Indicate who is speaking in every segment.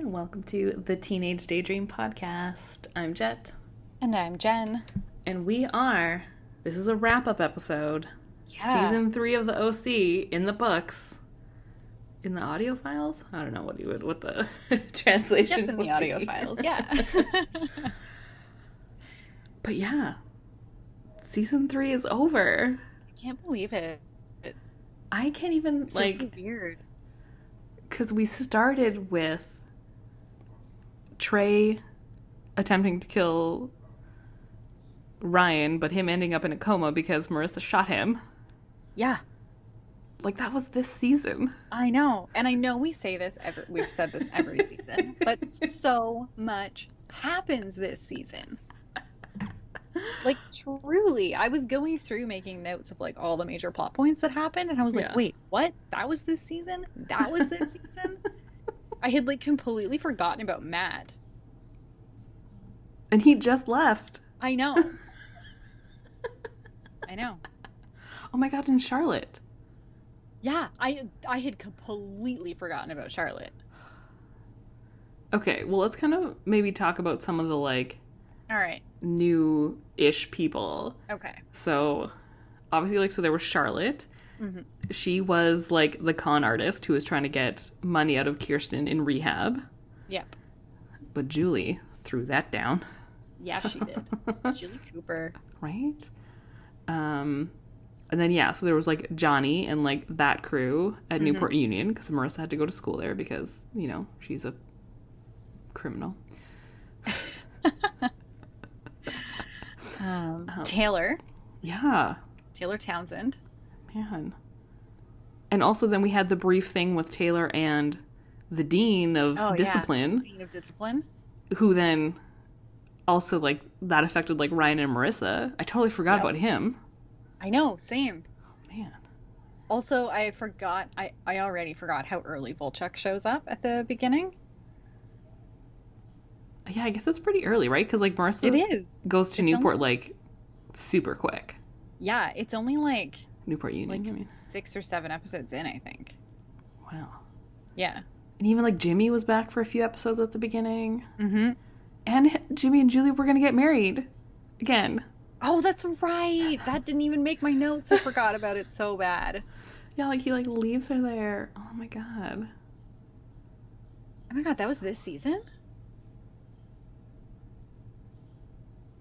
Speaker 1: Welcome to the Teenage Daydream Podcast. I'm Jet,
Speaker 2: And I'm Jen.
Speaker 1: and we are. This is a wrap up episode.
Speaker 2: Yeah.
Speaker 1: Season three of the OC in the books. In the audio files? I don't know what you would what the translation
Speaker 2: Just in
Speaker 1: would
Speaker 2: the audio
Speaker 1: be.
Speaker 2: files, yeah.
Speaker 1: But yeah. Season three is over.
Speaker 2: Can't believe it.
Speaker 1: I can't even
Speaker 2: It's
Speaker 1: like
Speaker 2: so weird.
Speaker 1: because we started with Trey attempting to kill Ryan, but him ending up in a coma because Marissa shot him.
Speaker 2: Yeah,
Speaker 1: Like that was this season.
Speaker 2: I know, and I know we say this every. We've said this every season, but so much happens this season. Like truly, I was going through making notes of like all the major plot points that happened, and I was like,
Speaker 1: Yeah.
Speaker 2: wait, what? That was this season? That was this season? I had like completely forgotten about Matt.
Speaker 1: And he just left.
Speaker 2: I know. I know.
Speaker 1: Oh my god, and Charlotte.
Speaker 2: Yeah, I I had completely forgotten about Charlotte.
Speaker 1: Okay, well let's kind of maybe talk about some of the like
Speaker 2: All right.
Speaker 1: new ish people.
Speaker 2: Okay.
Speaker 1: So obviously like so there was Charlotte.
Speaker 2: Mhm.
Speaker 1: She was like the con artist who was trying to get money out of Kirsten in rehab.
Speaker 2: Yep.
Speaker 1: But Julie threw that down,
Speaker 2: Yeah, she did. Julie Cooper.
Speaker 1: right? Um, and then yeah, so there was like Johnny and like that crew at
Speaker 2: Mm-hmm.
Speaker 1: Newport Union because Marissa had to go to school there because you know she's a criminal.
Speaker 2: Um, Taylor.
Speaker 1: Yeah,
Speaker 2: Taylor Townsend.
Speaker 1: man. And also then we had the brief thing with Taylor and the dean of
Speaker 2: Oh,
Speaker 1: discipline,
Speaker 2: Dean of Discipline.
Speaker 1: who then also like that affected like Ryan and Marissa. I totally forgot
Speaker 2: Yep.
Speaker 1: about him.
Speaker 2: I know. Same.
Speaker 1: Man,
Speaker 2: Also, I forgot. I I already forgot how early Volchuk shows up at the beginning.
Speaker 1: yeah, I guess that's pretty early, right? Because like Marissa
Speaker 2: It is.
Speaker 1: goes to
Speaker 2: It's
Speaker 1: Newport like super quick.
Speaker 2: Yeah, it's only like
Speaker 1: Newport Union,
Speaker 2: like
Speaker 1: I mean.
Speaker 2: six or seven episodes in, I think.
Speaker 1: Wow.
Speaker 2: Yeah.
Speaker 1: And even like Jimmy was back for a few episodes at the beginning.
Speaker 2: Mm-hmm.
Speaker 1: And Jimmy and Julie were going to get married again.
Speaker 2: Oh, that's right. That didn't even make my notes. I forgot about it so bad.
Speaker 1: Yeah, like he like leaves her there. Oh my god.
Speaker 2: Oh my god, that was this season?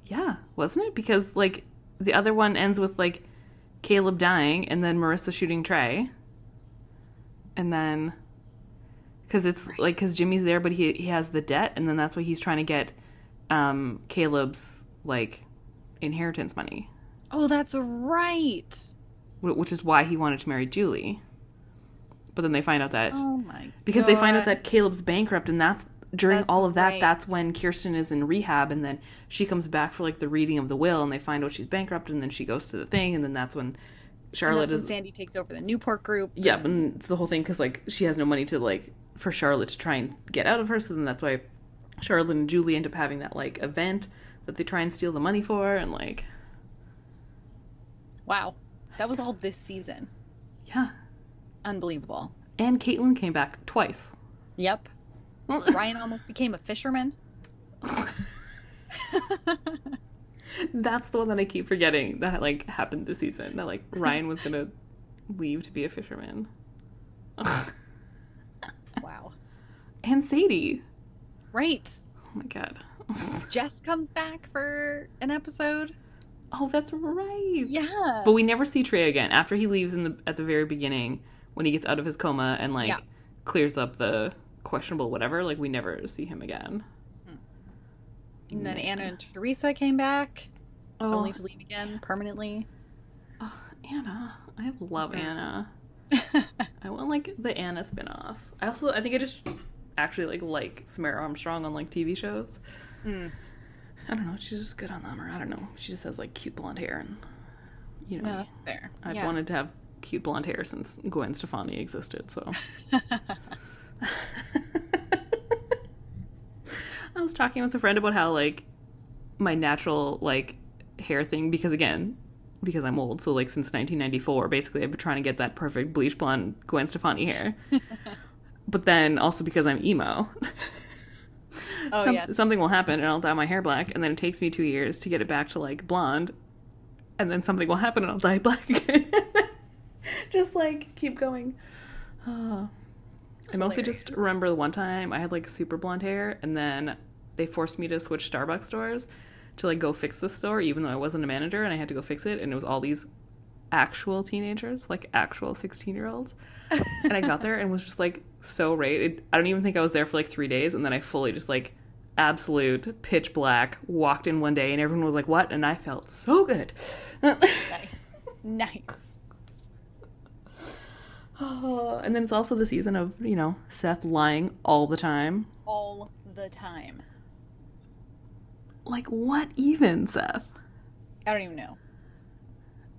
Speaker 1: Yeah, wasn't it? Because like the other one ends with like Caleb dying and then Marissa shooting Trey. And then cuz it's like cuz Jimmy's there but he he has the debt and then that's why he's trying to get um Caleb's like inheritance money.
Speaker 2: Oh, that's right.
Speaker 1: wh- which is why he wanted to marry Julie. But then they find out that
Speaker 2: Oh my
Speaker 1: because they find out
Speaker 2: God.
Speaker 1: that Caleb's bankrupt, and that's during
Speaker 2: That's
Speaker 1: all of that,
Speaker 2: right.
Speaker 1: that's when Kirsten is in rehab, and then she comes back for like the reading of the will, and they find out she's bankrupt, and then she goes to the thing, and then that's when
Speaker 2: And
Speaker 1: Charlotte
Speaker 2: that's when
Speaker 1: is
Speaker 2: Sandy takes over the Newport group.
Speaker 1: yeah, and it's the whole thing because like she has no money to like for Charlotte to try and get out of her, so then that's why Charlotte and Julie end up having that like event that they try and steal the money for, and like
Speaker 2: Wow. That was all this season.
Speaker 1: yeah,
Speaker 2: Unbelievable.
Speaker 1: and Caitlin came back twice.
Speaker 2: Yep. Ryan almost became a fisherman.
Speaker 1: That's the one that I keep forgetting that like happened this season. That like Ryan was gonna leave to be a fisherman. Ugh.
Speaker 2: wow.
Speaker 1: and Sadie.
Speaker 2: Right.
Speaker 1: Oh my god.
Speaker 2: Jess comes back for an episode.
Speaker 1: oh, that's right.
Speaker 2: Yeah.
Speaker 1: But we never see Trey again after he leaves in the at the very beginning when he gets out of his coma and like
Speaker 2: Yeah.
Speaker 1: clears up the questionable whatever. Like we never see him again.
Speaker 2: And then Anna and Teresa came back,
Speaker 1: Oh,
Speaker 2: only to leave again permanently.
Speaker 1: oh, Anna. I love
Speaker 2: Mhm.
Speaker 1: Anna.
Speaker 2: oh,
Speaker 1: I want like the Anna spinoff. I also I think I just actually like like Samara Armstrong on like TV shows.
Speaker 2: Mm.
Speaker 1: I don't know. She's just good on them, or I don't know. She just has like cute blonde hair, and you know, me.
Speaker 2: that's fair.
Speaker 1: I've
Speaker 2: Yeah.
Speaker 1: wanted to have cute blonde hair since Gwen Stefani existed. So I was talking with a friend about how like my natural like hair thing because again because I'm old so like since 1994 basically I've been trying to get that perfect bleach blonde Gwen Stefani hair but then also because I'm emo
Speaker 2: Oh
Speaker 1: Some-
Speaker 2: yeah.
Speaker 1: Something will happen and I'll dye my hair black, and then it takes me two years to get it back to like blonde, and then something will happen and I'll dye it black. just like keep going. Ah. I mostly
Speaker 2: Hilarious.
Speaker 1: just remember the one time I had like super blonde hair, and then they forced me to switch Starbucks stores to like go fix this store, even though I wasn't a manager and I had to go fix it, and it was all these actual teenagers, like actual 16 year olds. And I got there and was just like so right. It, I don't even think I was there for like three days. And then I fully just like absolute pitch black walked in one day and everyone was like, what? And I felt so good.
Speaker 2: nice. nice.
Speaker 1: oh, and then it's also the season of, you know, Seth lying all the time.
Speaker 2: All the time.
Speaker 1: Like, what even, Seth?
Speaker 2: I don't even know.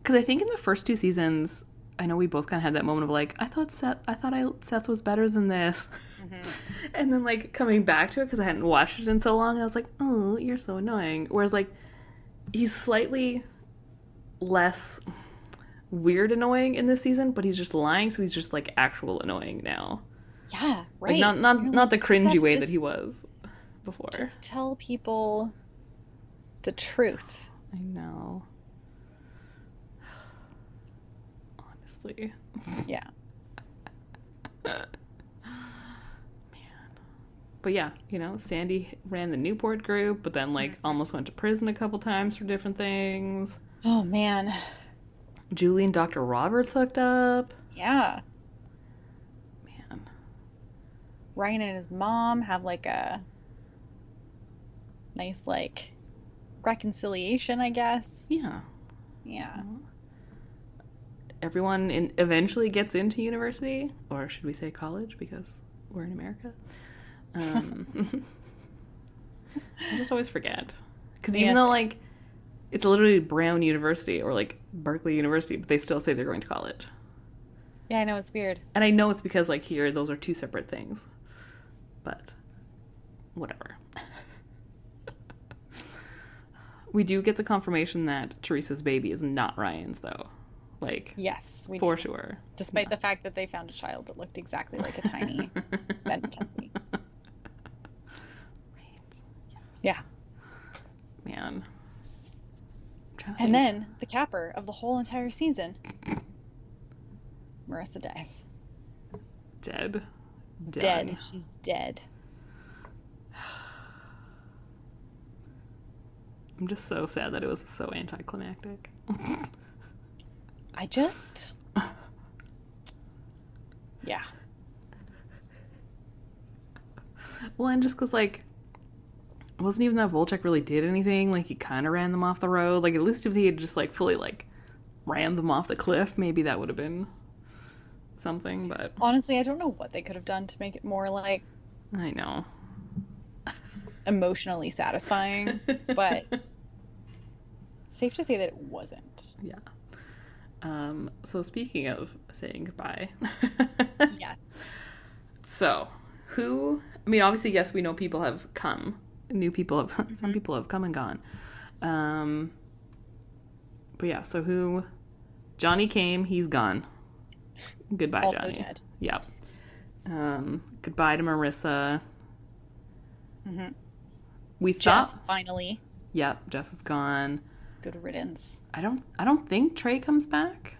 Speaker 1: Because I think in the first two seasons, I know we both kind of had that moment of like, I thought Seth, I thought I Seth was better than this,
Speaker 2: Mm-hmm.
Speaker 1: and then like coming back to it because I hadn't watched it in so long, I was like, oh, you're so annoying. Whereas like, he's slightly less weird annoying in this season, but he's just lying, so he's just like actual annoying now.
Speaker 2: Yeah, right.
Speaker 1: Like not not
Speaker 2: You're
Speaker 1: not the cringy
Speaker 2: Seth,
Speaker 1: way
Speaker 2: just-
Speaker 1: that he was before.
Speaker 2: Just tell people the truth.
Speaker 1: I know. Honestly.
Speaker 2: Yeah.
Speaker 1: But yeah, you know, Sandy ran the Newport group, but then like almost went to prison a couple times for different things.
Speaker 2: Oh man.
Speaker 1: Julie and Dr. Roberts hooked up.
Speaker 2: Yeah.
Speaker 1: Man.
Speaker 2: Ryan and his mom have like a nice like reconciliation, I guess.
Speaker 1: Yeah. Uh.
Speaker 2: Yeah.
Speaker 1: Everyone in, eventually gets into university, or should we say college because we're in America. Um, I just always forget. Because even
Speaker 2: Yeah.
Speaker 1: though like it's literally Brown University or like Berkeley University, but they still say they're going to college.
Speaker 2: Yeah, I know it's weird.
Speaker 1: And I know it's because like here those are two separate things. But whatever. we do get the confirmation that Teresa's baby is not Ryan's though. Like
Speaker 2: Yes, we
Speaker 1: for
Speaker 2: do.
Speaker 1: sure.
Speaker 2: Despite the fact that they found a child that looked exactly like a tiny Ben Kelsey. Yeah.
Speaker 1: Man. I'm trying to think.
Speaker 2: And then the capper of the whole entire season. Marissa dies.
Speaker 1: dead.
Speaker 2: Dead.
Speaker 1: Done.
Speaker 2: She's dead.
Speaker 1: I'm just so sad that it was so anticlimactic.
Speaker 2: I just. Yeah.
Speaker 1: Well, and just because, like, it wasn't even that Volchek really did anything. Like, he kind of ran them off the road. Like, at least if he had just, like, fully, like, rammed them off the cliff, maybe that would have been something, but
Speaker 2: Honestly, I don't know what they could have done to make it more like
Speaker 1: I know.
Speaker 2: emotionally satisfying, but safe to say that it wasn't.
Speaker 1: yeah. Um, so, speaking of saying goodbye,
Speaker 2: Yes.
Speaker 1: so who, I mean, obviously, yes, we know people have come. New people have, some people have come and gone. Um, but yeah, so who, Johnny came, he's gone. Goodbye,
Speaker 2: also
Speaker 1: Johnny.
Speaker 2: dead.
Speaker 1: Yep. Um, goodbye to Marissa.
Speaker 2: Mhm.
Speaker 1: We
Speaker 2: Jess,
Speaker 1: thought.
Speaker 2: finally.
Speaker 1: Yep, Jess is gone.
Speaker 2: Good riddance.
Speaker 1: I don't. I don't think Trey comes back.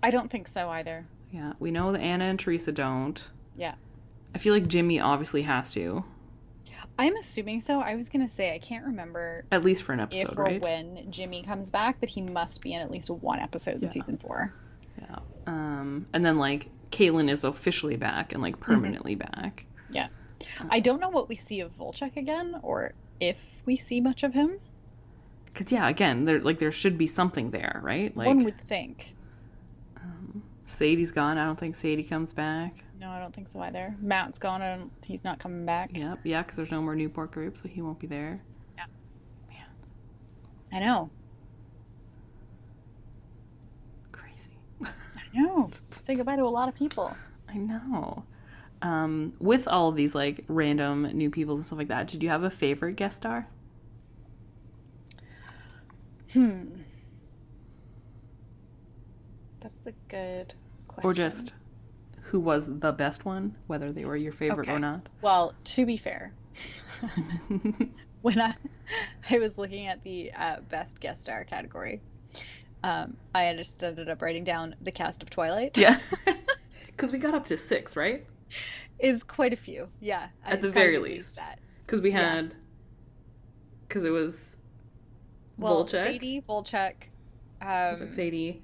Speaker 2: I don't think so either.
Speaker 1: Yeah, we know that Anna and Teresa don't.
Speaker 2: Yeah.
Speaker 1: I feel like Jimmy obviously has to,
Speaker 2: I'm assuming so. I was going to say, I can't remember
Speaker 1: at least for an
Speaker 2: if
Speaker 1: episode,
Speaker 2: or
Speaker 1: right?
Speaker 2: when Jimmy comes back, but he must be in at least one episode in
Speaker 1: Yeah.
Speaker 2: season four.
Speaker 1: Yeah. Um, and then like Kaylin is officially back and like permanently back.
Speaker 2: Yeah. I don't know what we see of Volchek again or if we see much of him.
Speaker 1: Cause yeah, again, there like there should be something there, right? Like
Speaker 2: one would think.
Speaker 1: Sadie's gone. I don't think Sadie comes back.
Speaker 2: No, I don't think so either. Matt's gone and he's not coming back.
Speaker 1: Yep. Yeah, because there's no more Newport group, so he won't be there.
Speaker 2: I know.
Speaker 1: Crazy.
Speaker 2: I know. Say goodbye to a lot of people.
Speaker 1: I know. Um, with all of these like random new people and stuff like that, did you have a favorite guest star?
Speaker 2: Hmm. That's a good question.
Speaker 1: Or just who was the best one, whether they were your favorite
Speaker 2: Okay.
Speaker 1: or not?
Speaker 2: Well, to be fair, when I I was looking at the uh, best guest star category, um, I just ended up writing down the cast of Twilight.
Speaker 1: yeah. Because we got up to six, right?
Speaker 2: is quite a few. Yeah,
Speaker 1: At
Speaker 2: I
Speaker 1: the
Speaker 2: kind
Speaker 1: very
Speaker 2: of believe
Speaker 1: least.
Speaker 2: that.
Speaker 1: Because we
Speaker 2: Yeah.
Speaker 1: had. Because it was.
Speaker 2: Well,
Speaker 1: Volchek.
Speaker 2: Sadie Volchek, um,
Speaker 1: Sadie.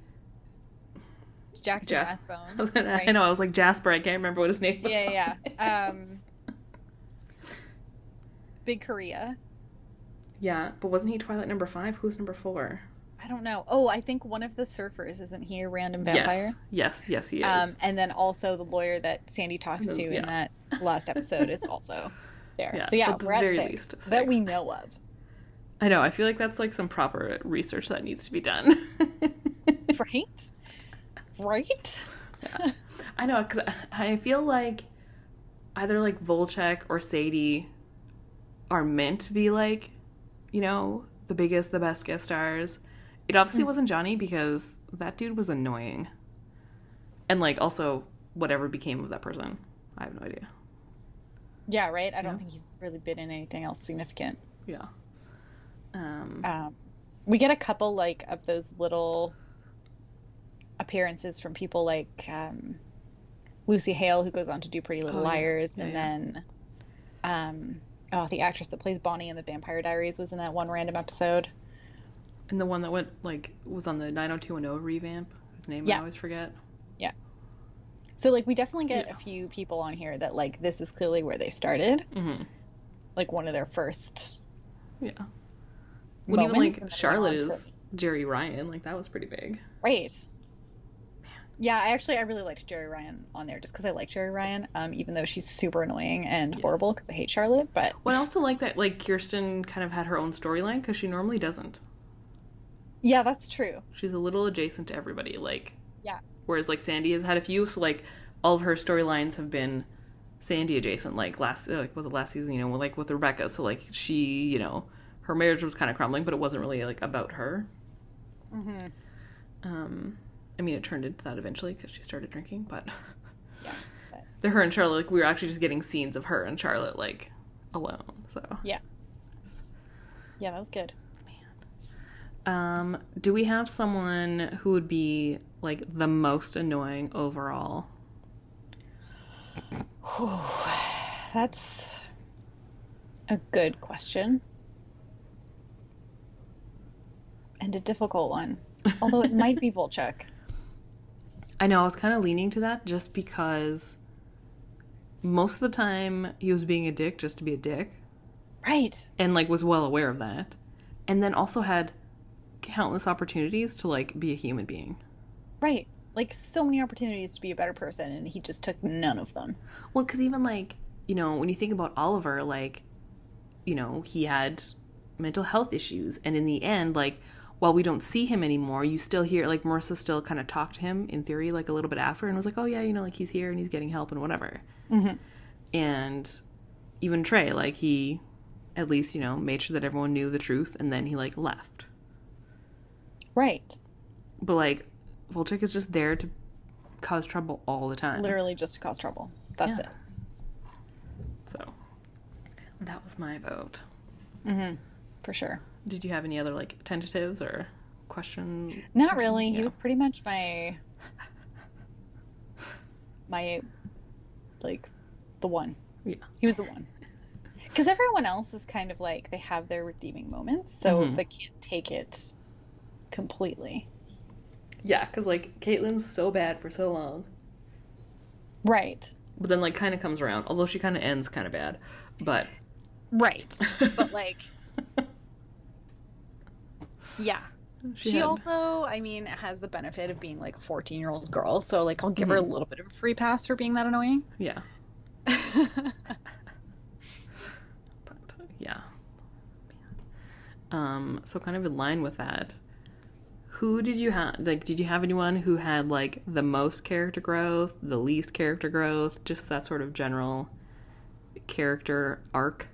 Speaker 2: Jackson
Speaker 1: Ja-
Speaker 2: Rathbone.
Speaker 1: I know, I was like Jasper, I can't remember what his name was.
Speaker 2: Yeah, yeah. Um,
Speaker 1: Yes.
Speaker 2: Big Korea.
Speaker 1: yeah, but wasn't he Twilight number five? Who's number four?
Speaker 2: I don't know. Oh, I think one of the surfers isn't he a random vampire?
Speaker 1: Yes, yes, yes, he is.
Speaker 2: Um, and then also the lawyer that Sandy talks
Speaker 1: Those-
Speaker 2: to in
Speaker 1: yeah.
Speaker 2: that last episode is also there.
Speaker 1: Yeah,
Speaker 2: so yeah,
Speaker 1: so at the
Speaker 2: we're at
Speaker 1: very
Speaker 2: six
Speaker 1: least,
Speaker 2: that we
Speaker 1: six.
Speaker 2: know of.
Speaker 1: I know. I feel like that's like some proper research that needs to be done.
Speaker 2: Right? Right?
Speaker 1: I know because I feel like either like Volchek or Sadie are meant to be like, you know, the biggest, the best guest stars. It obviously wasn't Johnny because that dude was annoying, and like also whatever became of that person, I have no idea.
Speaker 2: Yeah, right? I don't
Speaker 1: Yeah.
Speaker 2: think he's really been in anything else significant.
Speaker 1: Yeah. Um.
Speaker 2: Um, we get a couple like of those little appearances from people like um, Lucy Hale, who goes on to do Pretty Little
Speaker 1: Oh, yeah.
Speaker 2: Liars,
Speaker 1: Yeah,
Speaker 2: and
Speaker 1: yeah.
Speaker 2: then um, oh, the actress that plays Bonnie in the Vampire Diaries was in that one random episode.
Speaker 1: And the one that went like was on the 90210 revamp. Whose name I
Speaker 2: Yeah.
Speaker 1: always forget.
Speaker 2: So like we definitely get
Speaker 1: Yeah.
Speaker 2: a few people on here that like this is clearly where they started,
Speaker 1: Mm-hmm.
Speaker 2: like one of their first.
Speaker 1: Yeah. When even
Speaker 2: moments,
Speaker 1: like
Speaker 2: and then went
Speaker 1: Charlotte
Speaker 2: on to-
Speaker 1: is Jerry Ryan, like that was pretty big.
Speaker 2: Right. Yeah, I actually I really liked Jerry Ryan on there just because I like Jerry Ryan, um, even though she's super annoying and
Speaker 1: Yes.
Speaker 2: horrible because I hate Charlotte. But
Speaker 1: Well, I also like that like Kirsten kind of had her own storyline because she normally doesn't.
Speaker 2: yeah, that's true.
Speaker 1: She's a little adjacent to everybody, like
Speaker 2: Yeah.
Speaker 1: whereas like Sandy has had a few, so like all of her storylines have been Sandy adjacent. Like last uh, like was it last season? You know, like with Rebecca, so like she, you know, her marriage was kind of crumbling, but it wasn't really like about her.
Speaker 2: Mm-hmm.
Speaker 1: Um, I mean, it turned into that eventually because she started drinking, but
Speaker 2: Yeah, but-
Speaker 1: the her and Charlotte, like we were actually just getting scenes of her and Charlotte like alone. So,
Speaker 2: Yeah, that was good.
Speaker 1: um, do we have someone who would be like the most annoying overall?
Speaker 2: That's a good question. And a difficult one. Although it might be Volchuk.
Speaker 1: I know I was kind of leaning to that just because most of the time he was being a dick just to be a dick.
Speaker 2: Right.
Speaker 1: and like was well aware of that and then also had countless opportunities to like be a human being
Speaker 2: Right. Like so many opportunities to be a better person and he just took none of them.
Speaker 1: well because even like you know when you think about oliver like you know he had mental health issues and in the end like while we don't see him anymore you still hear like marissa still kind of talked to him in theory like a little bit after and was like oh yeah you know like he's here and he's getting help and whatever
Speaker 2: Mhm.
Speaker 1: and even trey like he at least you know made sure that everyone knew the truth and then he like left
Speaker 2: Right.
Speaker 1: But like, Volchek is just there to cause trouble all the time.
Speaker 2: Literally just to cause trouble. That's
Speaker 1: Uh-huh. Yeah. So that was my vote.
Speaker 2: it. Mm-hmm. For sure.
Speaker 1: Did you have any other like tentatives or question?
Speaker 2: Not really.
Speaker 1: yeah.
Speaker 2: He was pretty much my my like the one.
Speaker 1: Yeah.
Speaker 2: He was the one. Because everyone else is kind of like they have their redeeming moments, so
Speaker 1: Mhm.
Speaker 2: they can't take it completely.
Speaker 1: Yeah, because like Caitlyn's so bad for so long,
Speaker 2: Right.
Speaker 1: but then like kind of comes around. Although she kind of ends kind of bad, but
Speaker 2: Right. But like yeah. She,
Speaker 1: had-
Speaker 2: also, I mean, has the benefit of being like a 14-year-old girl, so like I'll give her a
Speaker 1: Mm-hmm.
Speaker 2: little bit of a free pass for being that annoying.
Speaker 1: yeah, but yeah. Um, so kind of in line with that, who did you have? Like, did you have anyone who had like the most character growth, the least character growth, just that sort of general character arc?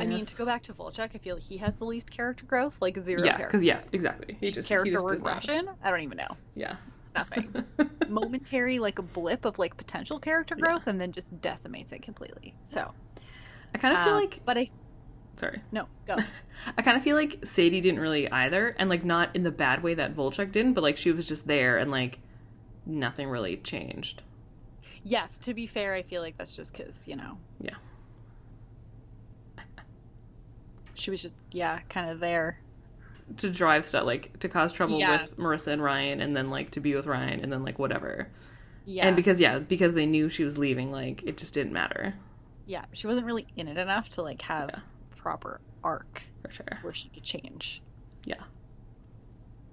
Speaker 2: I mean, to go back to Volchek, I feel he has the least character growth, like zero
Speaker 1: yeah,
Speaker 2: character,
Speaker 1: because yeah, exactly. He just he
Speaker 2: character
Speaker 1: just does not.
Speaker 2: regression. I don't even know.
Speaker 1: Yeah,
Speaker 2: Nothing. Momentary, like a blip of like potential character
Speaker 1: Yeah.
Speaker 2: growth, and then just decimates it completely. So
Speaker 1: I kind of feel
Speaker 2: um,
Speaker 1: like
Speaker 2: but I
Speaker 1: Sorry.
Speaker 2: No, go.
Speaker 1: I kind of feel like Sadie didn't really either, and like not in the bad way that Volchek didn't, but like she was just there and like nothing really changed.
Speaker 2: yes, to be fair, I feel like that's just because, you know,
Speaker 1: Yeah.
Speaker 2: she was just, yeah, kind of there.
Speaker 1: To drive stuff, like to cause trouble
Speaker 2: Yeah.
Speaker 1: with Marissa and Ryan, and then like to be with Ryan, and then like whatever.
Speaker 2: Yeah.
Speaker 1: And because, yeah, because they knew she was leaving, like it just didn't matter
Speaker 2: yeah, she wasn't really in it enough to, like, have
Speaker 1: Yeah.
Speaker 2: proper arc
Speaker 1: for sure.
Speaker 2: where she could change.
Speaker 1: Yeah.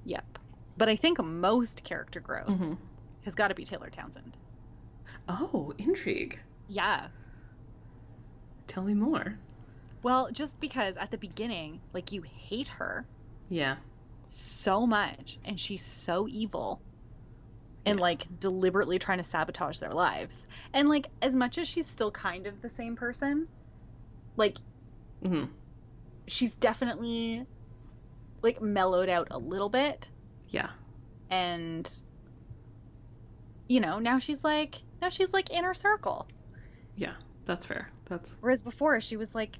Speaker 2: Yep. But I think most character growth
Speaker 1: hmm
Speaker 2: has got to be Taylor Townsend.
Speaker 1: Oh, intrigue.
Speaker 2: Yeah.
Speaker 1: Tell me more.
Speaker 2: Well, just because at the beginning, like, you hate her
Speaker 1: Yeah.
Speaker 2: so much and she's so evil and
Speaker 1: Yeah.
Speaker 2: like deliberately trying to sabotage their lives and like as much as she's still kind of the same person like
Speaker 1: hmm
Speaker 2: she's definitely like mellowed out a little bit
Speaker 1: Yeah.
Speaker 2: and you know now she's like now she's like inner circle
Speaker 1: Yeah. That's fair. That's
Speaker 2: whereas before she was like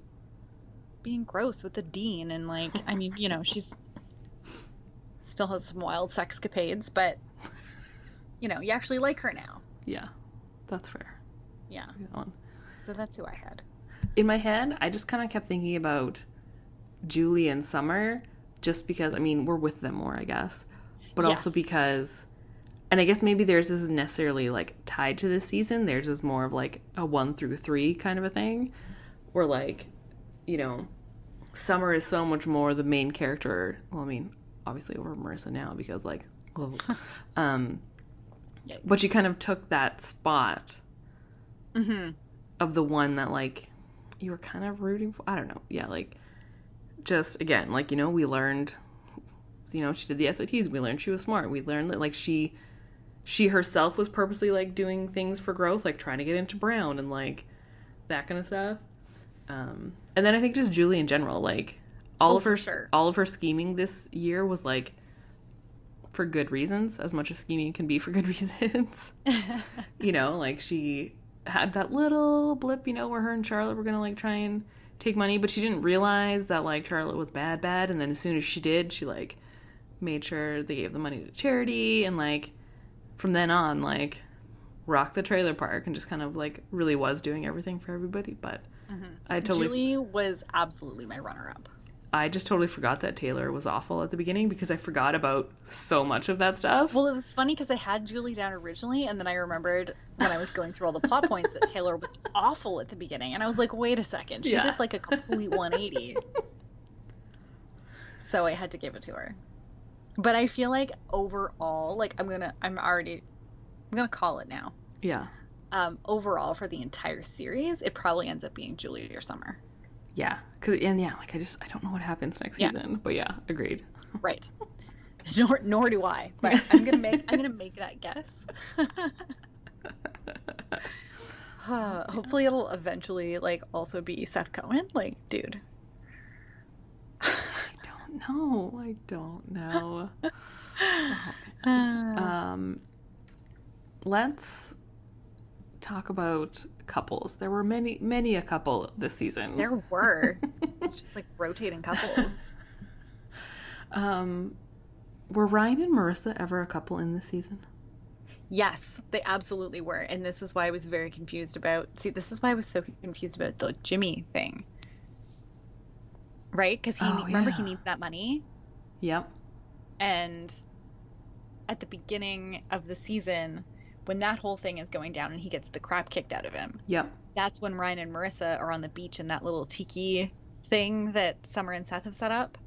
Speaker 2: being gross with the dean and like i mean you know she's still has some wild sexcapades but you know you actually like her now
Speaker 1: yeah. That's fair.
Speaker 2: yeah
Speaker 1: That one.
Speaker 2: so that's who i had
Speaker 1: in my head, I just kind of kept thinking about Julie and Summer just because, I mean, we're with them more, I guess, but
Speaker 2: Yeah.
Speaker 1: also because, and I guess maybe theirs isn't necessarily like tied to this season. Theirs is more of like a one through three kind of a thing, where like, you know, Summer is so much more the main character. Well, I mean, obviously over Marissa now because like, well, um,
Speaker 2: Yikes.
Speaker 1: but she kind of took that spot
Speaker 2: mm-hmm
Speaker 1: of the one that like you were kind of rooting for. I don't know. Yeah, like just again, like you know, we learned you know, she did the SATs, we learned she was smart. We learned that like she she herself was purposely like doing things for growth, like trying to get into Brown and like that kind of stuff. Um and then I think just Julie in general, like all
Speaker 2: Oh,
Speaker 1: of her
Speaker 2: for sure.
Speaker 1: all of her scheming this year was like for good reasons, as much as scheming can be for good reasons you know, like she had that little blip, you know, where her and Charlotte were gonna like try and take money, but she didn't realize that like Charlotte was bad, bad, and then as soon as she did, she like made sure they gave the money to charity and like from then on, like rocked the trailer park and just kind of like really was doing everything for everybody. But I totally
Speaker 2: Mm-hmm. julie was absolutely my runner-up
Speaker 1: I just totally forgot that Taylor was awful at the beginning because I forgot about so much of that stuff.
Speaker 2: well it was funny because i had julie down originally and then i remembered when i was going through all the plot points that taylor was awful at the beginning and i was like wait a second she
Speaker 1: Yeah.
Speaker 2: did like a complete 180 so i had to give it to her but i feel like overall like i'm gonna i'm already i'm gonna call it now
Speaker 1: yeah.
Speaker 2: um overall for the entire series it probably ends up being julie or summer
Speaker 1: Yeah. Cause and yeah, like I just I don't know what happens next
Speaker 2: Yeah.
Speaker 1: season. But yeah, agreed.
Speaker 2: Right. Nor, nor do I. But I'm gonna make I'm gonna make that guess. Huh, Hopefully, it'll eventually like also be Seth Cohen. Like, dude.
Speaker 1: I don't know. I don't know. Oh,
Speaker 2: Uh,
Speaker 1: Um, let's talk about couples. There were many, many a couple this season.
Speaker 2: there were. It's just like rotating couples.
Speaker 1: Um, were Ryan and Marissa ever a couple in this season?
Speaker 2: Yes, they absolutely were, and this is why I was very confused about. See, this is why I was so confused about the Jimmy thing. Right? Because he
Speaker 1: Oh,
Speaker 2: remember he
Speaker 1: yeah.
Speaker 2: needs that money.
Speaker 1: Yep.
Speaker 2: and at the beginning of the season when that whole thing is going down and he gets the crap kicked out of him
Speaker 1: Yep.
Speaker 2: that's when ryan and marissa are on the beach in that little tiki thing that summer and seth have set up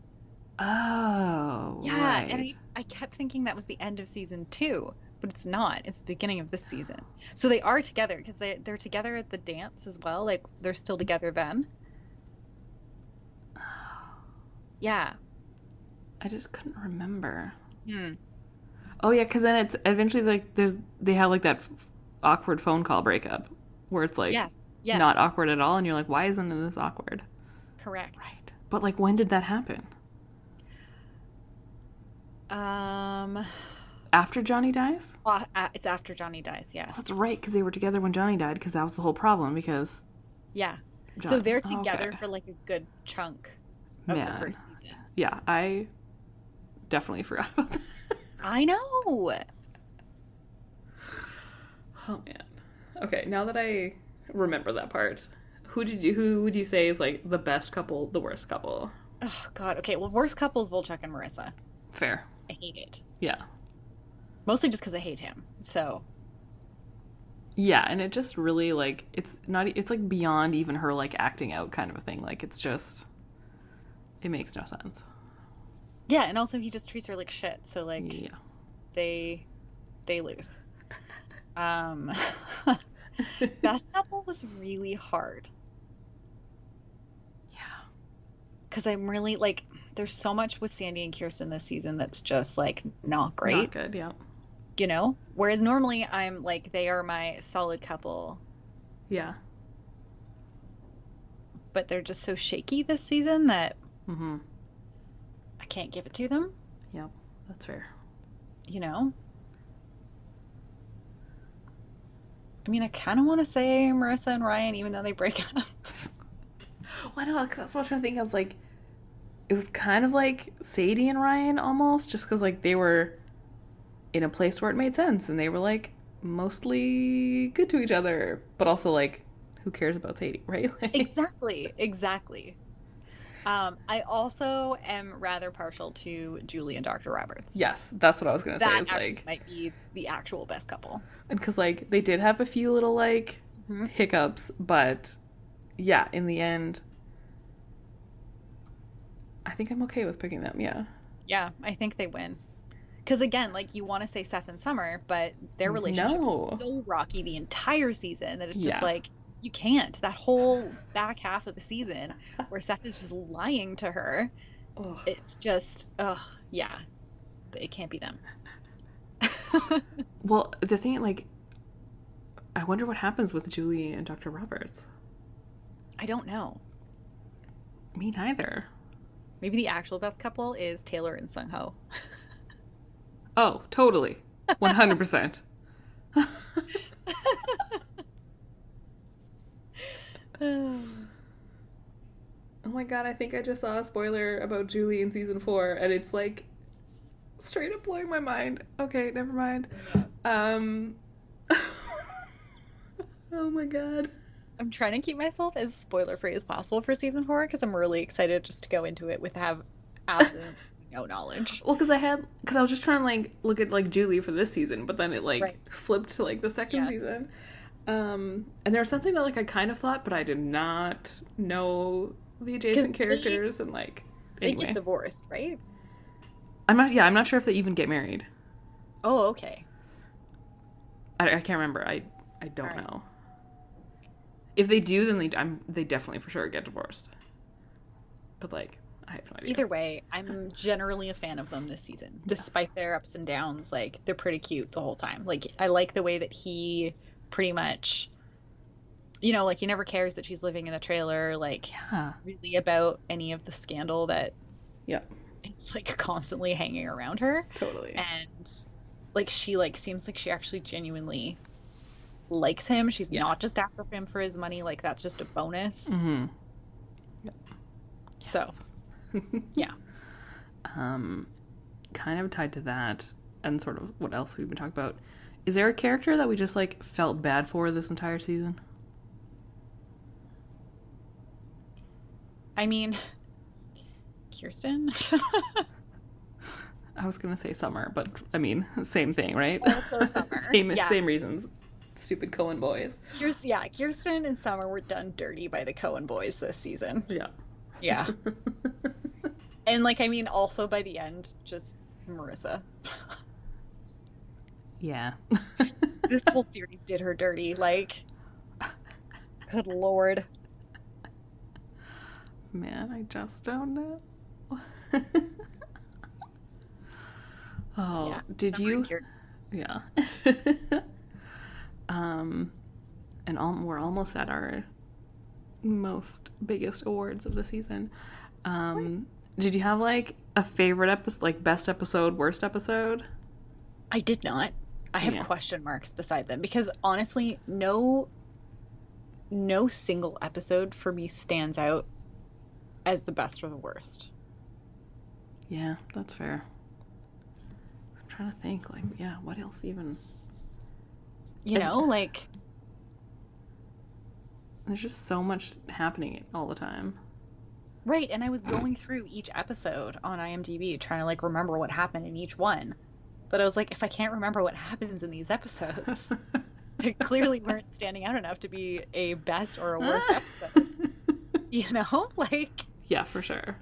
Speaker 1: Oh.
Speaker 2: yeah
Speaker 1: Right.
Speaker 2: and I, I kept thinking that was the end of season two but it's not it's the beginning of this season so they are together because they, they're together at the dance as well like they're still together then yeah
Speaker 1: I just couldn't remember.
Speaker 2: hmm.
Speaker 1: Oh yeah, because then it's eventually like there's they have like that f- awkward phone call breakup where it's like
Speaker 2: yes yes
Speaker 1: not awkward at all, and you're like, why isn't this awkward?
Speaker 2: correct
Speaker 1: Right. But like, when did that happen?
Speaker 2: um
Speaker 1: After Johnny dies?
Speaker 2: Uh, uh, it's after Johnny dies. Yeah.
Speaker 1: That's right, because they were together when Johnny died, because that was the whole problem. Because
Speaker 2: Yeah. So
Speaker 1: John.
Speaker 2: they're
Speaker 1: Okay.
Speaker 2: together for like a good chunk of
Speaker 1: Man.
Speaker 2: the first season.
Speaker 1: Yeah, I definitely forgot about that.
Speaker 2: I know.
Speaker 1: Oh man. Okay, now that I remember that part, who did you who would you say is like the best couple, the worst couple?
Speaker 2: Oh God. Okay. Well, worst couples Volchek and Marissa.
Speaker 1: Fair.
Speaker 2: I hate it.
Speaker 1: Yeah.
Speaker 2: Mostly just because I hate him. So
Speaker 1: Yeah, and it just really like it's not e, it's like beyond even her like acting out kind of a thing. Like it's just it makes no sense.
Speaker 2: yeah, and also he just treats her like shit. So like
Speaker 1: Yeah.
Speaker 2: they they lose. Um, best couple was really hard
Speaker 1: Yeah.
Speaker 2: because I'm really like there's so much with Sandy and Kirsten this season that's just like not great.
Speaker 1: Not good, yeah.
Speaker 2: you know whereas normally i'm like they are my solid couple
Speaker 1: Yeah.
Speaker 2: but they're just so shaky this season that
Speaker 1: Mm-hmm.
Speaker 2: i can't give it to them
Speaker 1: Yep. That's fair.
Speaker 2: you know i mean i kind of want to say marissa and ryan even though they break up
Speaker 1: Well, no, because that's what I was trying to think. I was like, it was kind of like Sadie and Ryan almost, just because like they were in a place where it made sense, and they were like mostly good to each other, but also like, who cares about Sadie, right? Like,
Speaker 2: exactly exactly um, i also am rather partial to julie and dr roberts
Speaker 1: Yes, that's what I was gonna say.
Speaker 2: that
Speaker 1: It's
Speaker 2: actually
Speaker 1: like,
Speaker 2: might be the actual best couple
Speaker 1: because like they did have a few little like
Speaker 2: Mhm.
Speaker 1: hiccups, but yeah, in the end, I think I'm okay with picking them. Yeah.
Speaker 2: yeah i think they win because again like you want to say seth and summer but their relationship is
Speaker 1: No.
Speaker 2: so rocky the entire season that it's just
Speaker 1: Yeah.
Speaker 2: like you can't. That whole back half of the season where Seth is just lying to her.
Speaker 1: Ugh.
Speaker 2: It's just, ugh, yeah, it can't be them.
Speaker 1: Well, the thing, like, I wonder what happens with Julie and Dr. Roberts.
Speaker 2: I don't know.
Speaker 1: Me neither.
Speaker 2: Maybe the actual best couple is Taylor and Sung Ho.
Speaker 1: Oh, totally. 100%. oh my god, I think I just saw a spoiler about Julie in season four, and it's like straight up blowing my mind. Okay, never mind. Um. oh my god.
Speaker 2: I'm trying to keep myself as spoiler free as possible for season four because I'm really excited just to go into it with have absolutely no knowledge.
Speaker 1: Well, because I had, because I was just trying to like look at like Julie for this season, but then it like
Speaker 2: Right.
Speaker 1: flipped to like the second
Speaker 2: Yeah.
Speaker 1: season. Um, and there was something that like I kind of thought, but I did not know the adjacent
Speaker 2: they-
Speaker 1: characters and like
Speaker 2: They
Speaker 1: anyway.
Speaker 2: get divorced, right?
Speaker 1: I'm not. Yeah, I'm not sure if they even get married.
Speaker 2: Oh, okay.
Speaker 1: I, I can't remember. I I don't
Speaker 2: Alright.
Speaker 1: know. If they do, then they I'm they definitely for sure get divorced. But like, I have no idea.
Speaker 2: Either way, I'm generally a fan of them this season, despite their ups and downs. Like they're pretty cute the whole time. Like I like the way that he pretty much, you know, like he never cares that she's living in a trailer. Like
Speaker 1: Yeah.
Speaker 2: really about any of the scandal that
Speaker 1: Yeah.
Speaker 2: is like constantly hanging around her,
Speaker 1: Totally.
Speaker 2: and like she like seems like she actually genuinely likes him. She's
Speaker 1: Yeah.
Speaker 2: not just after him for his money. Like that's just a bonus.
Speaker 1: Mm-hmm.
Speaker 2: So yeah,
Speaker 1: um, kind of tied to that and sort of what else we've been talking about is there a character that we just like felt bad for this entire season
Speaker 2: I mean, Kirsten.
Speaker 1: i was gonna say summer but i mean same thing right
Speaker 2: Also Summer,
Speaker 1: same
Speaker 2: yeah.
Speaker 1: same reasons stupid cohen boys
Speaker 2: Kirsten, yeah, Kirsten and Summer were done dirty by the Cohen boys this season.
Speaker 1: yeah
Speaker 2: Yeah. and like I mean also by the end, just Marissa.
Speaker 1: yeah
Speaker 2: This whole series did her dirty, like good lord.
Speaker 1: man i just don't know oh
Speaker 2: Yeah,
Speaker 1: did
Speaker 2: Summer
Speaker 1: you
Speaker 2: and Kirsten-
Speaker 1: Yeah. um, and all, we're almost at our most biggest awards of the season. Um, did you have like a favorite episode, like best episode, worst episode?
Speaker 2: I did not. I have
Speaker 1: Yeah.
Speaker 2: question marks beside them because honestly, no no single episode for me stands out as the best or the worst.
Speaker 1: Yeah, that's fair. I'm trying to think, like, yeah, what else even?
Speaker 2: You
Speaker 1: And-
Speaker 2: know, like
Speaker 1: There's just so much happening all the time.
Speaker 2: right, and I was
Speaker 1: Mm.
Speaker 2: going through each episode on IMDb trying to like remember what happened in each one. But I was like if I can't remember what happens in these episodes, they clearly weren't standing out enough to be a best or a worst episode, you know? Like
Speaker 1: yeah, for sure.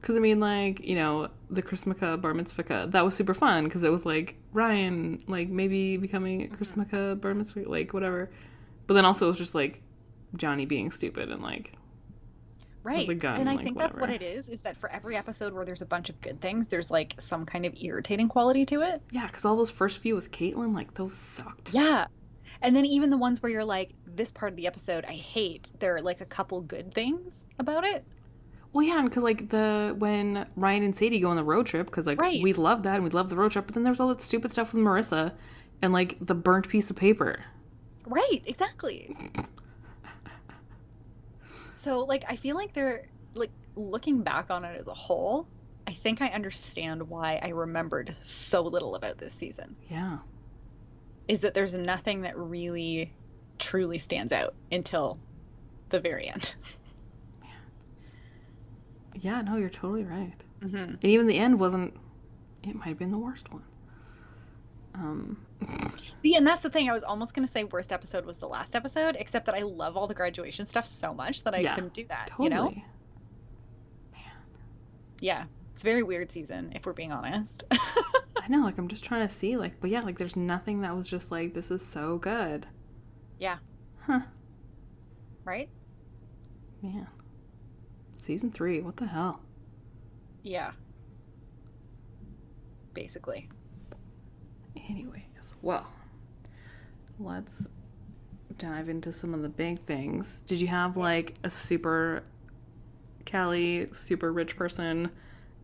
Speaker 1: Because I mean, like you know, the Chrismica bar mitzvah that was super fun because it was like Ryan, like maybe becoming a Chrismica bar mitzvah, like whatever. But then also it was just like Johnny being stupid and like
Speaker 2: Right.
Speaker 1: the gun,
Speaker 2: and I
Speaker 1: like,
Speaker 2: think that's what it
Speaker 1: whatever.
Speaker 2: is, is that for every episode where there's a bunch of good things, there's like some kind of irritating quality to it.
Speaker 1: yeah, because all those first few with Caitlin, like those sucked.
Speaker 2: Yeah. And then even the ones where you're like, this part of the episode I hate, there are like a couple good things about it.
Speaker 1: Well, yeah, because like the when Ryan and Sadie go on the road trip, because like
Speaker 2: Right.
Speaker 1: we loved that and we loved the road trip, but then there was all that stupid stuff with Marissa, and like the burnt piece of paper.
Speaker 2: Right, exactly. so like I feel like they're like looking back on it as a whole, I think I understand why I remembered so little about this season.
Speaker 1: Yeah,
Speaker 2: is that there's nothing that really truly stands out until the very end.
Speaker 1: yeah, no, you're totally right.
Speaker 2: Mm-hmm.
Speaker 1: And even the end wasn't. It might have been the worst one. Um,
Speaker 2: See, and that's the thing. I was almost going to say worst episode was the last episode, except that I love all the graduation stuff so much that I
Speaker 1: Yeah,
Speaker 2: couldn't do that.
Speaker 1: totally.
Speaker 2: You know? Yeah. It's a very weird season, if we're being honest.
Speaker 1: I know. Like I'm just trying to see. Like, but yeah, like there's nothing that was just like this is so good.
Speaker 2: Yeah.
Speaker 1: Huh.
Speaker 2: right?
Speaker 1: Man. Season three. What the hell?
Speaker 2: Yeah. Basically.
Speaker 1: Anyways, well, let's dive into some of the big things. Did you have like a super Cali, super rich person,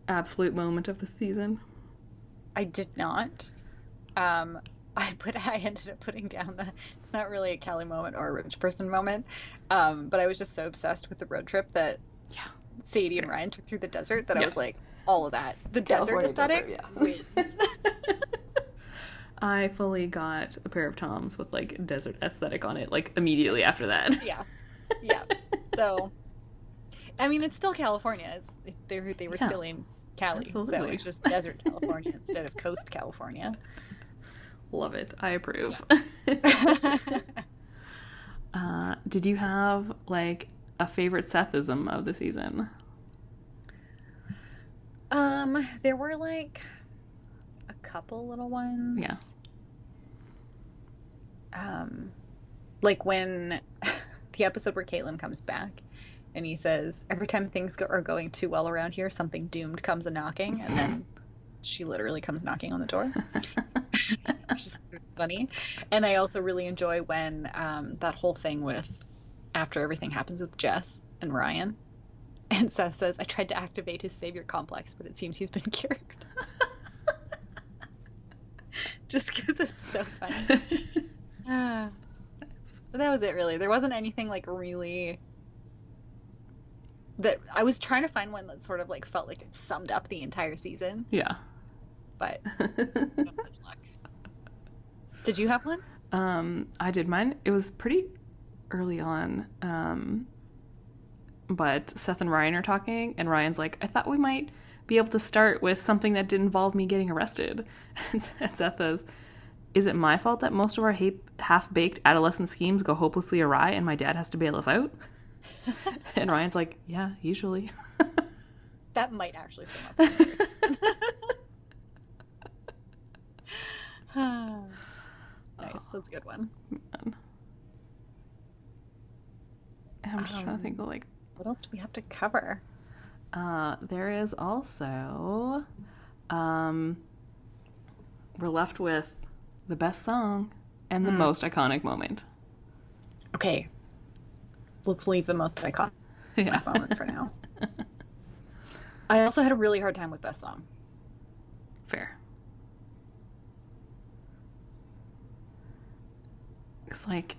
Speaker 1: absolute moment of the season?
Speaker 2: I did not. Um, I put I ended up putting down the it's not really a Cali moment or a rich person moment. Um, but I was just so obsessed with the road trip that
Speaker 1: Yeah.
Speaker 2: Sadie and Ryan took through the desert that I
Speaker 1: Yeah.
Speaker 2: was like, all of that. The
Speaker 1: California
Speaker 2: desert aesthetic.
Speaker 1: desert, I fully got a pair of Toms with like desert aesthetic on it, like immediately after that.
Speaker 2: wins. yeah. Yeah. So I mean it's still California. It's, they were they were
Speaker 1: Yeah.
Speaker 2: still in Cali. So
Speaker 1: Absolutely.
Speaker 2: it's just desert California instead of coast California.
Speaker 1: Love it. I approve. uh, did you have like a favorite Sethism of the season?
Speaker 2: um, there were like a couple little ones.
Speaker 1: Yeah.
Speaker 2: um, like when the episode where Caitlin comes back and he says, every time things go- are going too well around here, something doomed comes a knocking, and then she literally comes knocking on the door. Which is funny. And I also really enjoy when um, that whole thing with after everything happens with Jess and Ryan. And Seth says, I tried to activate his savior complex, but it seems he's been cured. Just because it's so funny. Ah. But that was it really. There wasn't anything like really that I was trying to find one that sort of like felt like it summed up the entire season,
Speaker 1: yeah.
Speaker 2: but no such luck. Did you have one?
Speaker 1: Um, I did mine. It was pretty early on. Um, but Seth and Ryan are talking, and Ryan's like, I thought we might be able to start with something that did involve me getting arrested. And Seth says, Is it my fault that most of our ha- half baked adolescent schemes go hopelessly awry and my dad has to bail us out? and Ryan's like, Yeah, usually.
Speaker 2: That might actually sum up. Ah. nice. That's a good one.
Speaker 1: I'm just trying
Speaker 2: Um.
Speaker 1: to think of like
Speaker 2: What else do we have to cover?
Speaker 1: Uh, there is also, um, we're left with the best song and the
Speaker 2: Hmm.
Speaker 1: most iconic moment.
Speaker 2: Okay. Let's leave the most iconic
Speaker 1: Yeah.
Speaker 2: moment for now. I also had a really hard time with best song.
Speaker 1: Fair. It's like,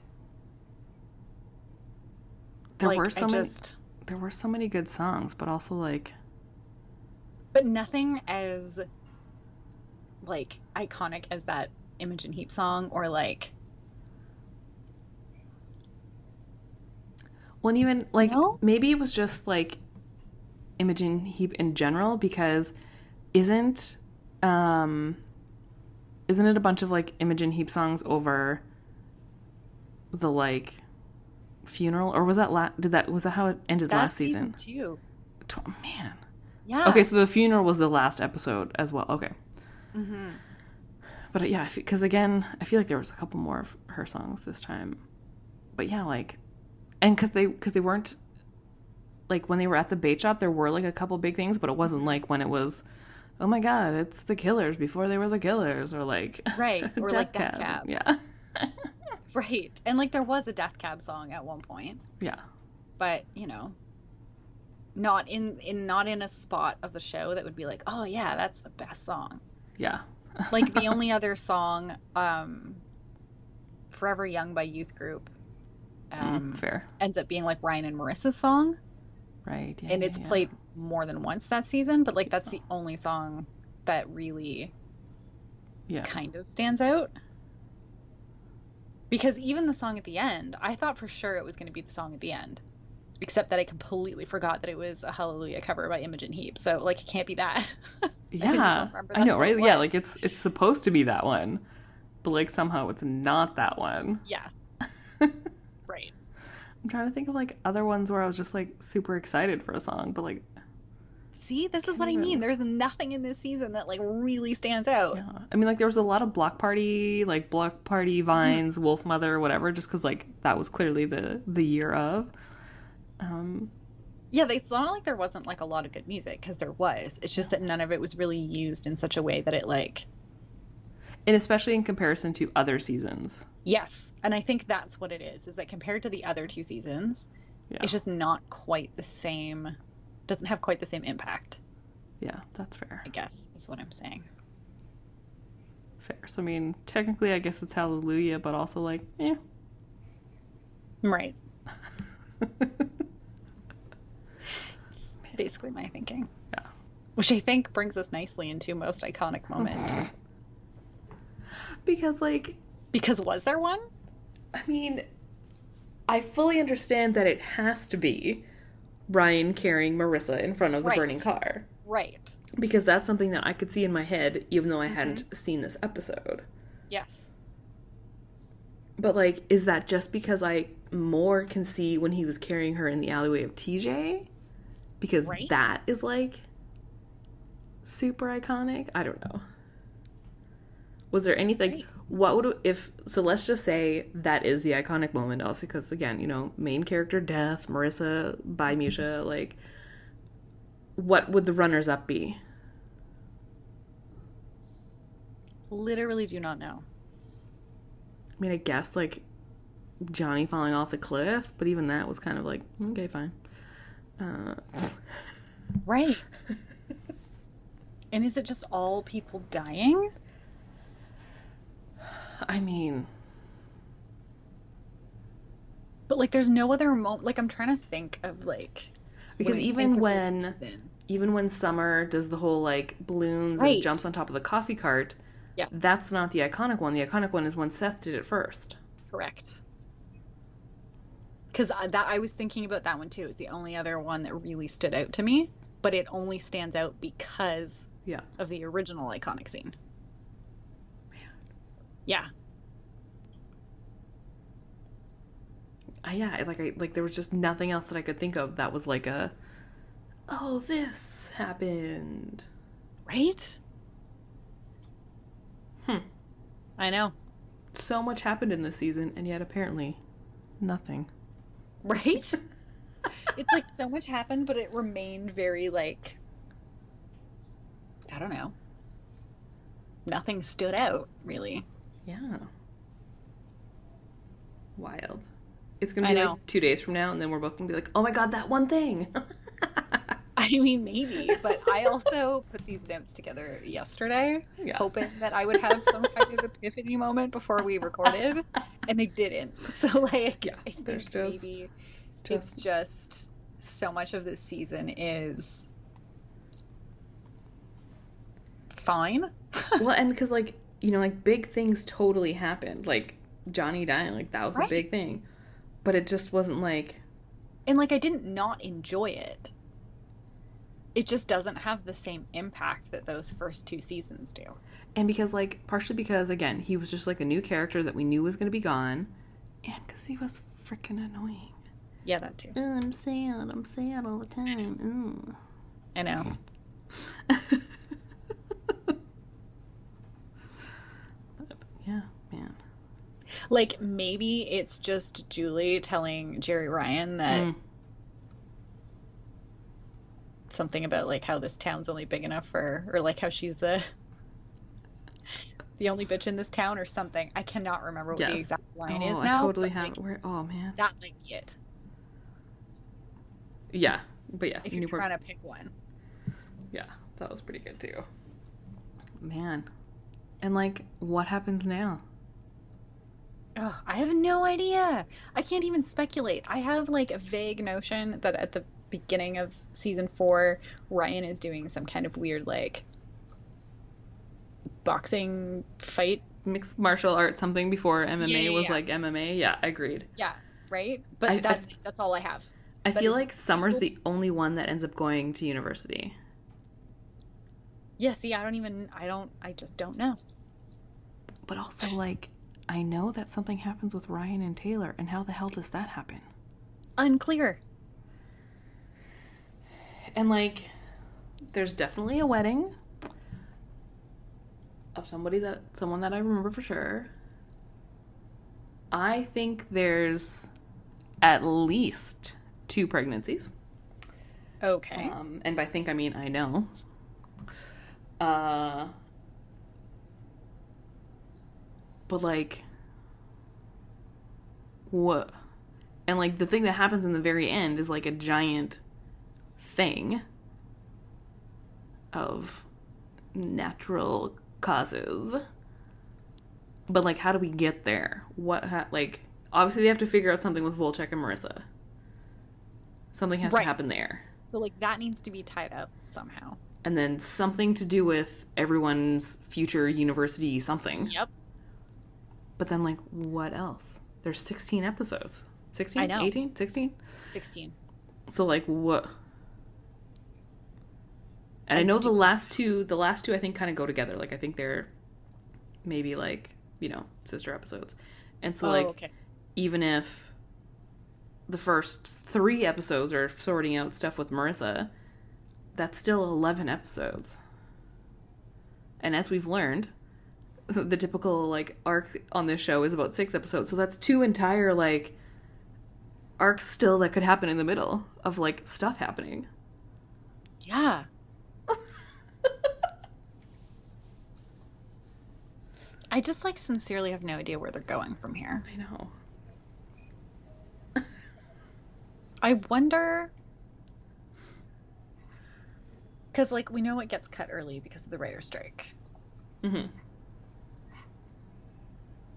Speaker 1: There
Speaker 2: like,
Speaker 1: were so
Speaker 2: I
Speaker 1: many-
Speaker 2: just-
Speaker 1: There were so many good songs, but also like
Speaker 2: but nothing as like iconic as that Imogen Heap song, or like
Speaker 1: Well, and even like
Speaker 2: No?
Speaker 1: maybe it was just like Imogen Heap in general because isn't um isn't it a bunch of like Imogen Heap songs over the like funeral or was that la- did that was that how it ended
Speaker 2: that
Speaker 1: last season?
Speaker 2: too.
Speaker 1: Tw- man.
Speaker 2: Yeah.
Speaker 1: Okay, so the funeral was the last episode as well. Okay.
Speaker 2: hmm
Speaker 1: But uh, yeah, because again, I feel like there was a couple more of her songs this time. But yeah, like, and because they because they weren't like when they were at the bait shop, there were like a couple big things, but it wasn't like when it was, oh my god, it's the Killers before they were the Killers, or like
Speaker 2: Right, or like
Speaker 1: Death
Speaker 2: Death Cab.
Speaker 1: yeah,
Speaker 2: Right. And like there was a Death Cab song at one point,
Speaker 1: yeah,
Speaker 2: but you know, not in in not in a spot of the show that would be like, oh yeah, that's the best song.
Speaker 1: yeah.
Speaker 2: Like the only other song, um, "Forever Young" by Youth Group,
Speaker 1: Mm,
Speaker 2: um,
Speaker 1: fair,
Speaker 2: ends up being like Ryan and Marissa's song,
Speaker 1: right? Yeah,
Speaker 2: and
Speaker 1: yeah,
Speaker 2: it's
Speaker 1: yeah.
Speaker 2: played more than once that season. But like that's the only song that really
Speaker 1: Yeah,
Speaker 2: kind of stands out. Because even the song at the end, I thought for sure it was going to be the song at the end. Except that I completely forgot that it was a Hallelujah cover by Imogen Heap. So, like, it can't be that. even
Speaker 1: yeah.
Speaker 2: remember
Speaker 1: I know,
Speaker 2: that's what it
Speaker 1: right? Yeah,
Speaker 2: was.
Speaker 1: like it's it's supposed to be that one, but like somehow it's not that one.
Speaker 2: yeah. right.
Speaker 1: I'm trying to think of like other ones where I was just like super excited for a song, but like
Speaker 2: See, this is
Speaker 1: Can't
Speaker 2: what I
Speaker 1: even-
Speaker 2: mean. There's nothing in this season that, like, really stands out.
Speaker 1: yeah. uh, Mm-hmm. I mean like there was a lot of block party, like block party vines, wolf mother, whatever, just cuz like that was clearly the the year of. Um
Speaker 2: Yeah, they- it's not like there wasn't, like, a lot of good music, because there was. It's just that none of it was really used in such a way that it, like,
Speaker 1: and especially in comparison to other seasons.
Speaker 2: Yes, and I think that's what it is. Is that compared to the other two seasons,
Speaker 1: Yeah.
Speaker 2: it's just not quite the same. Doesn't have quite the same impact.
Speaker 1: Yeah, that's fair.
Speaker 2: I guess is what I'm saying.
Speaker 1: Fair. So I mean, technically I guess it's hallelujah, but also like, eh. yeah.
Speaker 2: Right. Basically, my thinking.
Speaker 1: Yeah.
Speaker 2: Which I think brings us nicely into most iconic
Speaker 1: Mm-hmm.
Speaker 2: moment.
Speaker 1: because like
Speaker 2: because was there one?
Speaker 1: I mean, I fully understand that it has to be Ryan carrying Marissa in front of the
Speaker 2: Right.
Speaker 1: burning car
Speaker 2: Right.
Speaker 1: because that's something that I could see in my head, even though I hadn't seen this episode.
Speaker 2: Yes.
Speaker 1: But like, is that just because I more can see when he was carrying her in the alleyway of TJ? Because
Speaker 2: Right.
Speaker 1: that is like super iconic. I don't know. Was there anything?
Speaker 2: Right.
Speaker 1: What would if? So let's just say that is the iconic moment. Also, because again, you know, main character death, Marissa
Speaker 2: Mm-hmm.
Speaker 1: by Misha. Like, what would the runners up be?
Speaker 2: Literally, do not know.
Speaker 1: I mean, I guess like Johnny falling off the cliff, but even that was kind of like mm, okay, fine. Uh,
Speaker 2: Right. and is it just all people dying?
Speaker 1: I mean,
Speaker 2: But like, there's no other moment. Like, I'm trying to think of like.
Speaker 1: because
Speaker 2: when I
Speaker 1: even when
Speaker 2: think of this season-
Speaker 1: even when Summer does the whole like balloons
Speaker 2: Right.
Speaker 1: and jumps on top of the coffee cart,
Speaker 2: Yeah.
Speaker 1: that's not the iconic one. The iconic one is when Seth did it first.
Speaker 2: Correct. Because that I was thinking about that one too. It's the only other one that really stood out to me, but it only stands out because
Speaker 1: Yeah.
Speaker 2: of the original iconic scene. Yeah,
Speaker 1: Uh, yeah, I- like I like there was just nothing else that I could think of that was like a oh this happened.
Speaker 2: right.
Speaker 1: Hmm.
Speaker 2: I know,
Speaker 1: So much happened in this season, and yet apparently nothing.
Speaker 2: right? it's like so much happened, but it remained very like I don't know. Nothing stood out really.
Speaker 1: Yeah. Wild. It's gonna
Speaker 2: I
Speaker 1: be
Speaker 2: know.
Speaker 1: like two days from now, and then we're both gonna be like, "Oh my god, that one thing."
Speaker 2: I mean, maybe, but I also put these notes together yesterday.
Speaker 1: yeah.
Speaker 2: hoping that I would have some kind of epiphany moment before we recorded, and they didn't. So like,
Speaker 1: Yeah,
Speaker 2: I think
Speaker 1: there's just-
Speaker 2: maybe
Speaker 1: Just
Speaker 2: it's just so much of this season is fine.
Speaker 1: well, and because like you know, like big things totally happened. Like Johnny dying, like that was a big
Speaker 2: Right.
Speaker 1: thing, but it just wasn't like
Speaker 2: and like I didn't not enjoy it. It just doesn't have the same impact that those first two seasons do.
Speaker 1: And because, like, partially because, again, he was just like a new character that we knew was going to be gone. And because he was freaking annoying.
Speaker 2: Yeah, that too.
Speaker 1: Oh, I'm sad. I'm sad all the time.
Speaker 2: I know.
Speaker 1: Ooh. yeah, man.
Speaker 2: Like maybe it's just Julie telling Jerry Ryan that
Speaker 1: Mm.
Speaker 2: something about like how this town's only big enough for or like how she's the the only bitch in this town or something. I cannot remember what the
Speaker 1: Yes.
Speaker 2: exact line
Speaker 1: oh,
Speaker 2: is
Speaker 1: I
Speaker 2: now.
Speaker 1: totally
Speaker 2: but,
Speaker 1: have.
Speaker 2: like,
Speaker 1: where, oh, man.
Speaker 2: that might be it.
Speaker 1: Yeah. But yeah,
Speaker 2: If you're
Speaker 1: Newport-
Speaker 2: trying to pick one.
Speaker 1: Yeah, that was pretty good too. Man. And, like, what happens now?
Speaker 2: Oh, I have no idea. I can't even speculate. I have like a vague notion that at the beginning of season four, Ryan is doing some kind of weird like boxing fight.
Speaker 1: Mixed martial arts, something before MMA
Speaker 2: yeah,
Speaker 1: was
Speaker 2: yeah.
Speaker 1: like MMA. Yeah, agreed.
Speaker 2: Yeah, right? But
Speaker 1: I- I-
Speaker 2: that's that's all I have.
Speaker 1: I
Speaker 2: But
Speaker 1: feel
Speaker 2: it's-
Speaker 1: like Summer's the only one that ends up going to university.
Speaker 2: Yeah, see, I don't even I don't I just don't know.
Speaker 1: But also, like, I know that something happens with Ryan and Taylor, and how the hell does that happen?
Speaker 2: Unclear.
Speaker 1: And, like, there's definitely a wedding of somebody that, someone that I remember for sure. I think there's at least two pregnancies.
Speaker 2: Okay.
Speaker 1: Um, and by think I mean I know. Uh, but like, what? And like the thing that happens in the very end is like a giant thing of natural causes. But like, how do we get there? What ha- like? Obviously, they have to figure out something with Volchek and Marissa. Something has
Speaker 2: Right.
Speaker 1: to happen there
Speaker 2: So like that needs to be tied up somehow.
Speaker 1: and then something to do with everyone's future university something.
Speaker 2: Yep.
Speaker 1: But then like what else? There's 16 episodes. 16,
Speaker 2: I know.
Speaker 1: 18, 16.
Speaker 2: Sixteen.
Speaker 1: So like what And I know the last two, the last two I think kind of go together. Like I think they're maybe like, you know, sister episodes. And so
Speaker 2: oh,
Speaker 1: like
Speaker 2: okay.
Speaker 1: even if the first 3 episodes are sorting out stuff with Marissa, that's still 11 episodes. And as we've learned, the typical like arc on this show is about 6 episodes. So that's two entire like arcs still that could happen in the middle of like stuff happening.
Speaker 2: Yeah. I just like sincerely have no idea where they're going from here.
Speaker 1: I know.
Speaker 2: I wonder cuz like we know it gets cut early because of the writer's strike.
Speaker 1: Mhm.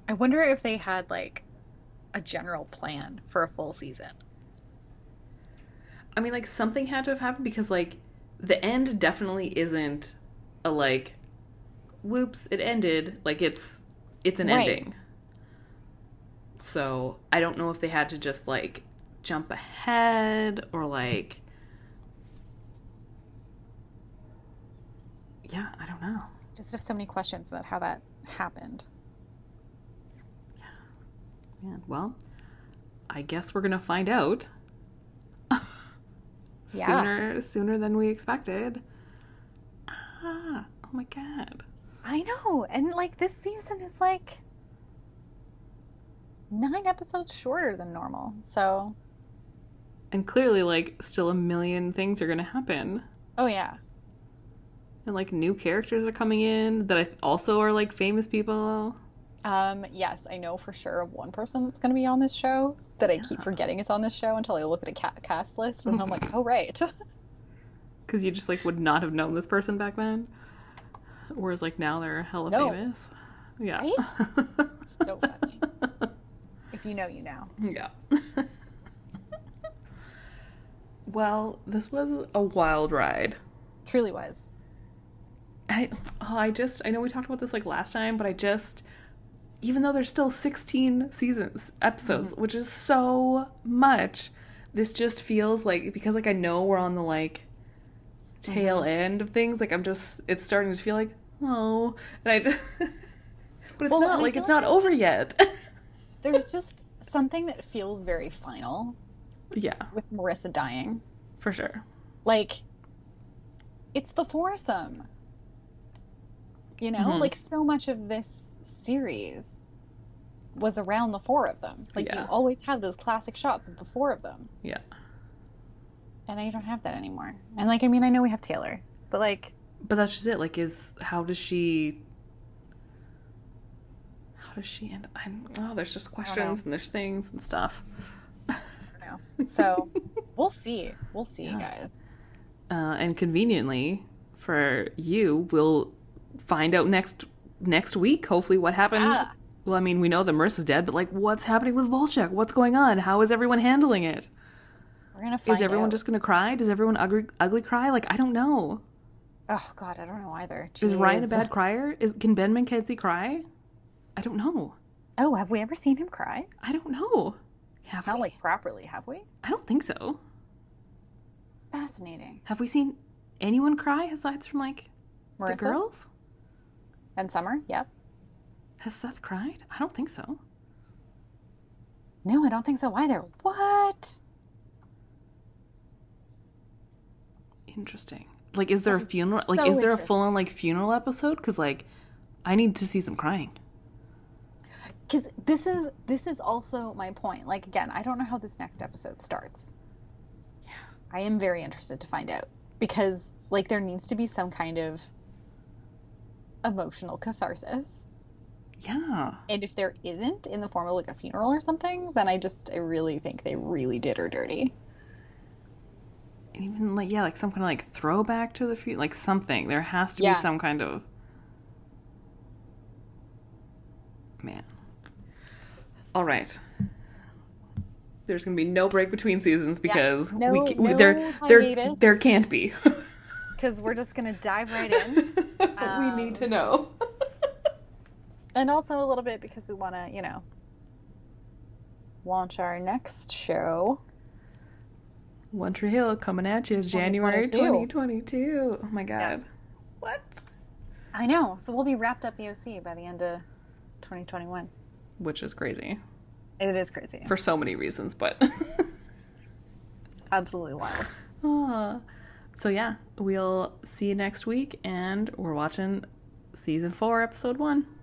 Speaker 2: I wonder if they had like a general plan for a full season.
Speaker 1: I mean, like something had to have happened because like the end definitely isn't a like, whoops, it ended. Like it's it's an
Speaker 2: Right.
Speaker 1: ending. So I don't know if they had to just like jump ahead or like. Yeah, I don't know.
Speaker 2: Just have so many questions about how that happened.
Speaker 1: Man, well, I guess we're gonna find out
Speaker 2: Yeah.
Speaker 1: sooner sooner than we expected. Ah, oh my god.
Speaker 2: I know. And like this season is like 9 episodes shorter than normal. So,
Speaker 1: And clearly, like, still a million things are gonna happen.
Speaker 2: oh yeah.
Speaker 1: And, like, new characters are coming in that I th- also are, like, famous people.
Speaker 2: Um, yes, I know for sure of one person that's going to be on this show that I keep
Speaker 1: Yeah.
Speaker 2: forgetting is on this show until I look at a ca- cast list and I'm like, oh, right.
Speaker 1: Because you just, like, would not have known this person back then. Whereas, like, now they're hella
Speaker 2: No.
Speaker 1: famous. Yeah.
Speaker 2: so funny. If you know, you know.
Speaker 1: yeah. Well, this was a wild ride.
Speaker 2: Truly was.
Speaker 1: I oh, I just I know we talked about this like last time, but I just even though there's still 16 seasons episodes,
Speaker 2: Mm-hmm.
Speaker 1: which is so much, this just feels like because like I know we're on the like tail
Speaker 2: Mm-hmm.
Speaker 1: end of things, like I'm just it's starting to feel like oh, and I just but it's
Speaker 2: Well,
Speaker 1: not
Speaker 2: I
Speaker 1: like it's
Speaker 2: feel
Speaker 1: not
Speaker 2: like it's
Speaker 1: over yet.
Speaker 2: There's just something that feels very final
Speaker 1: yeah,
Speaker 2: with Marissa dying.
Speaker 1: for sure.
Speaker 2: Like, it's the foursome. You know,
Speaker 1: Mhm.
Speaker 2: like so much of this series was around the four of them. Like you
Speaker 1: Yeah.
Speaker 2: always have those classic shots of the four of them.
Speaker 1: Yeah.
Speaker 2: And I don't have that anymore. And like I mean I know we have Taylor, but like
Speaker 1: But that's just it. Like, is how does she? How does she end? I'm, oh, there's just questions and there's things and stuff.
Speaker 2: so we'll see. We'll see,
Speaker 1: Yeah.
Speaker 2: guys.
Speaker 1: Uh, and conveniently for you, we'll find out next next week. Hopefully, what happened.
Speaker 2: Ah.
Speaker 1: Well, I mean, we know that Marissa's dead, but like, what's happening with Volchek? What's going on? How is everyone handling it? Is
Speaker 2: We're gonna find
Speaker 1: everyone
Speaker 2: out.
Speaker 1: just gonna cry? Does everyone ugly ugly cry? Like, I don't know.
Speaker 2: Oh god, I don't know either.
Speaker 1: Is Ryan a
Speaker 2: Jeez.
Speaker 1: bad crier? Is can Ben McKenzie cry? I don't know.
Speaker 2: Oh, have we ever seen him cry?
Speaker 1: I don't know. Have
Speaker 2: Not
Speaker 1: we?
Speaker 2: like properly, have we?
Speaker 1: I don't think so.
Speaker 2: Fascinating.
Speaker 1: Have we seen anyone cry aside from like
Speaker 2: Marissa
Speaker 1: the girls?
Speaker 2: and Summer, yep.
Speaker 1: Has Seth cried? I don't think so.
Speaker 2: No, I don't think so either. What?
Speaker 1: Interesting. Like, is there a
Speaker 2: That is
Speaker 1: funeral? Like,
Speaker 2: so
Speaker 1: is there a full on like funeral episode? Because like, I need to see some crying.
Speaker 2: Cause this is this is also my point. Like again, I don't know how this next episode starts. I am very interested to find out because like there needs to be some kind of emotional catharsis.
Speaker 1: Yeah.
Speaker 2: And if there isn't in the form of like a funeral or something, then I just I really think they really did her dirty.
Speaker 1: And even like yeah, like some kind of like throwback to the future, like something. There has to
Speaker 2: Yeah.
Speaker 1: be some kind of man. All right. There's gonna be no break between seasons because we,
Speaker 2: No-
Speaker 1: ca- we
Speaker 2: no
Speaker 1: there there
Speaker 2: hiatus.
Speaker 1: there can't be.
Speaker 2: Because we're just gonna dive right in.
Speaker 1: we need to know.
Speaker 2: and also a little bit because we want to you know launch our next show
Speaker 1: One Tree Hill coming at you January
Speaker 2: 2022.
Speaker 1: 2022. Oh my god. What?
Speaker 2: i know so we'll be wrapped up the oc by the end of 2021
Speaker 1: Which is crazy
Speaker 2: it is crazy
Speaker 1: for so many reasons, but
Speaker 2: absolutely wild
Speaker 1: Ah. So yeah, we'll see you next week and we're watching season 4 episode 1.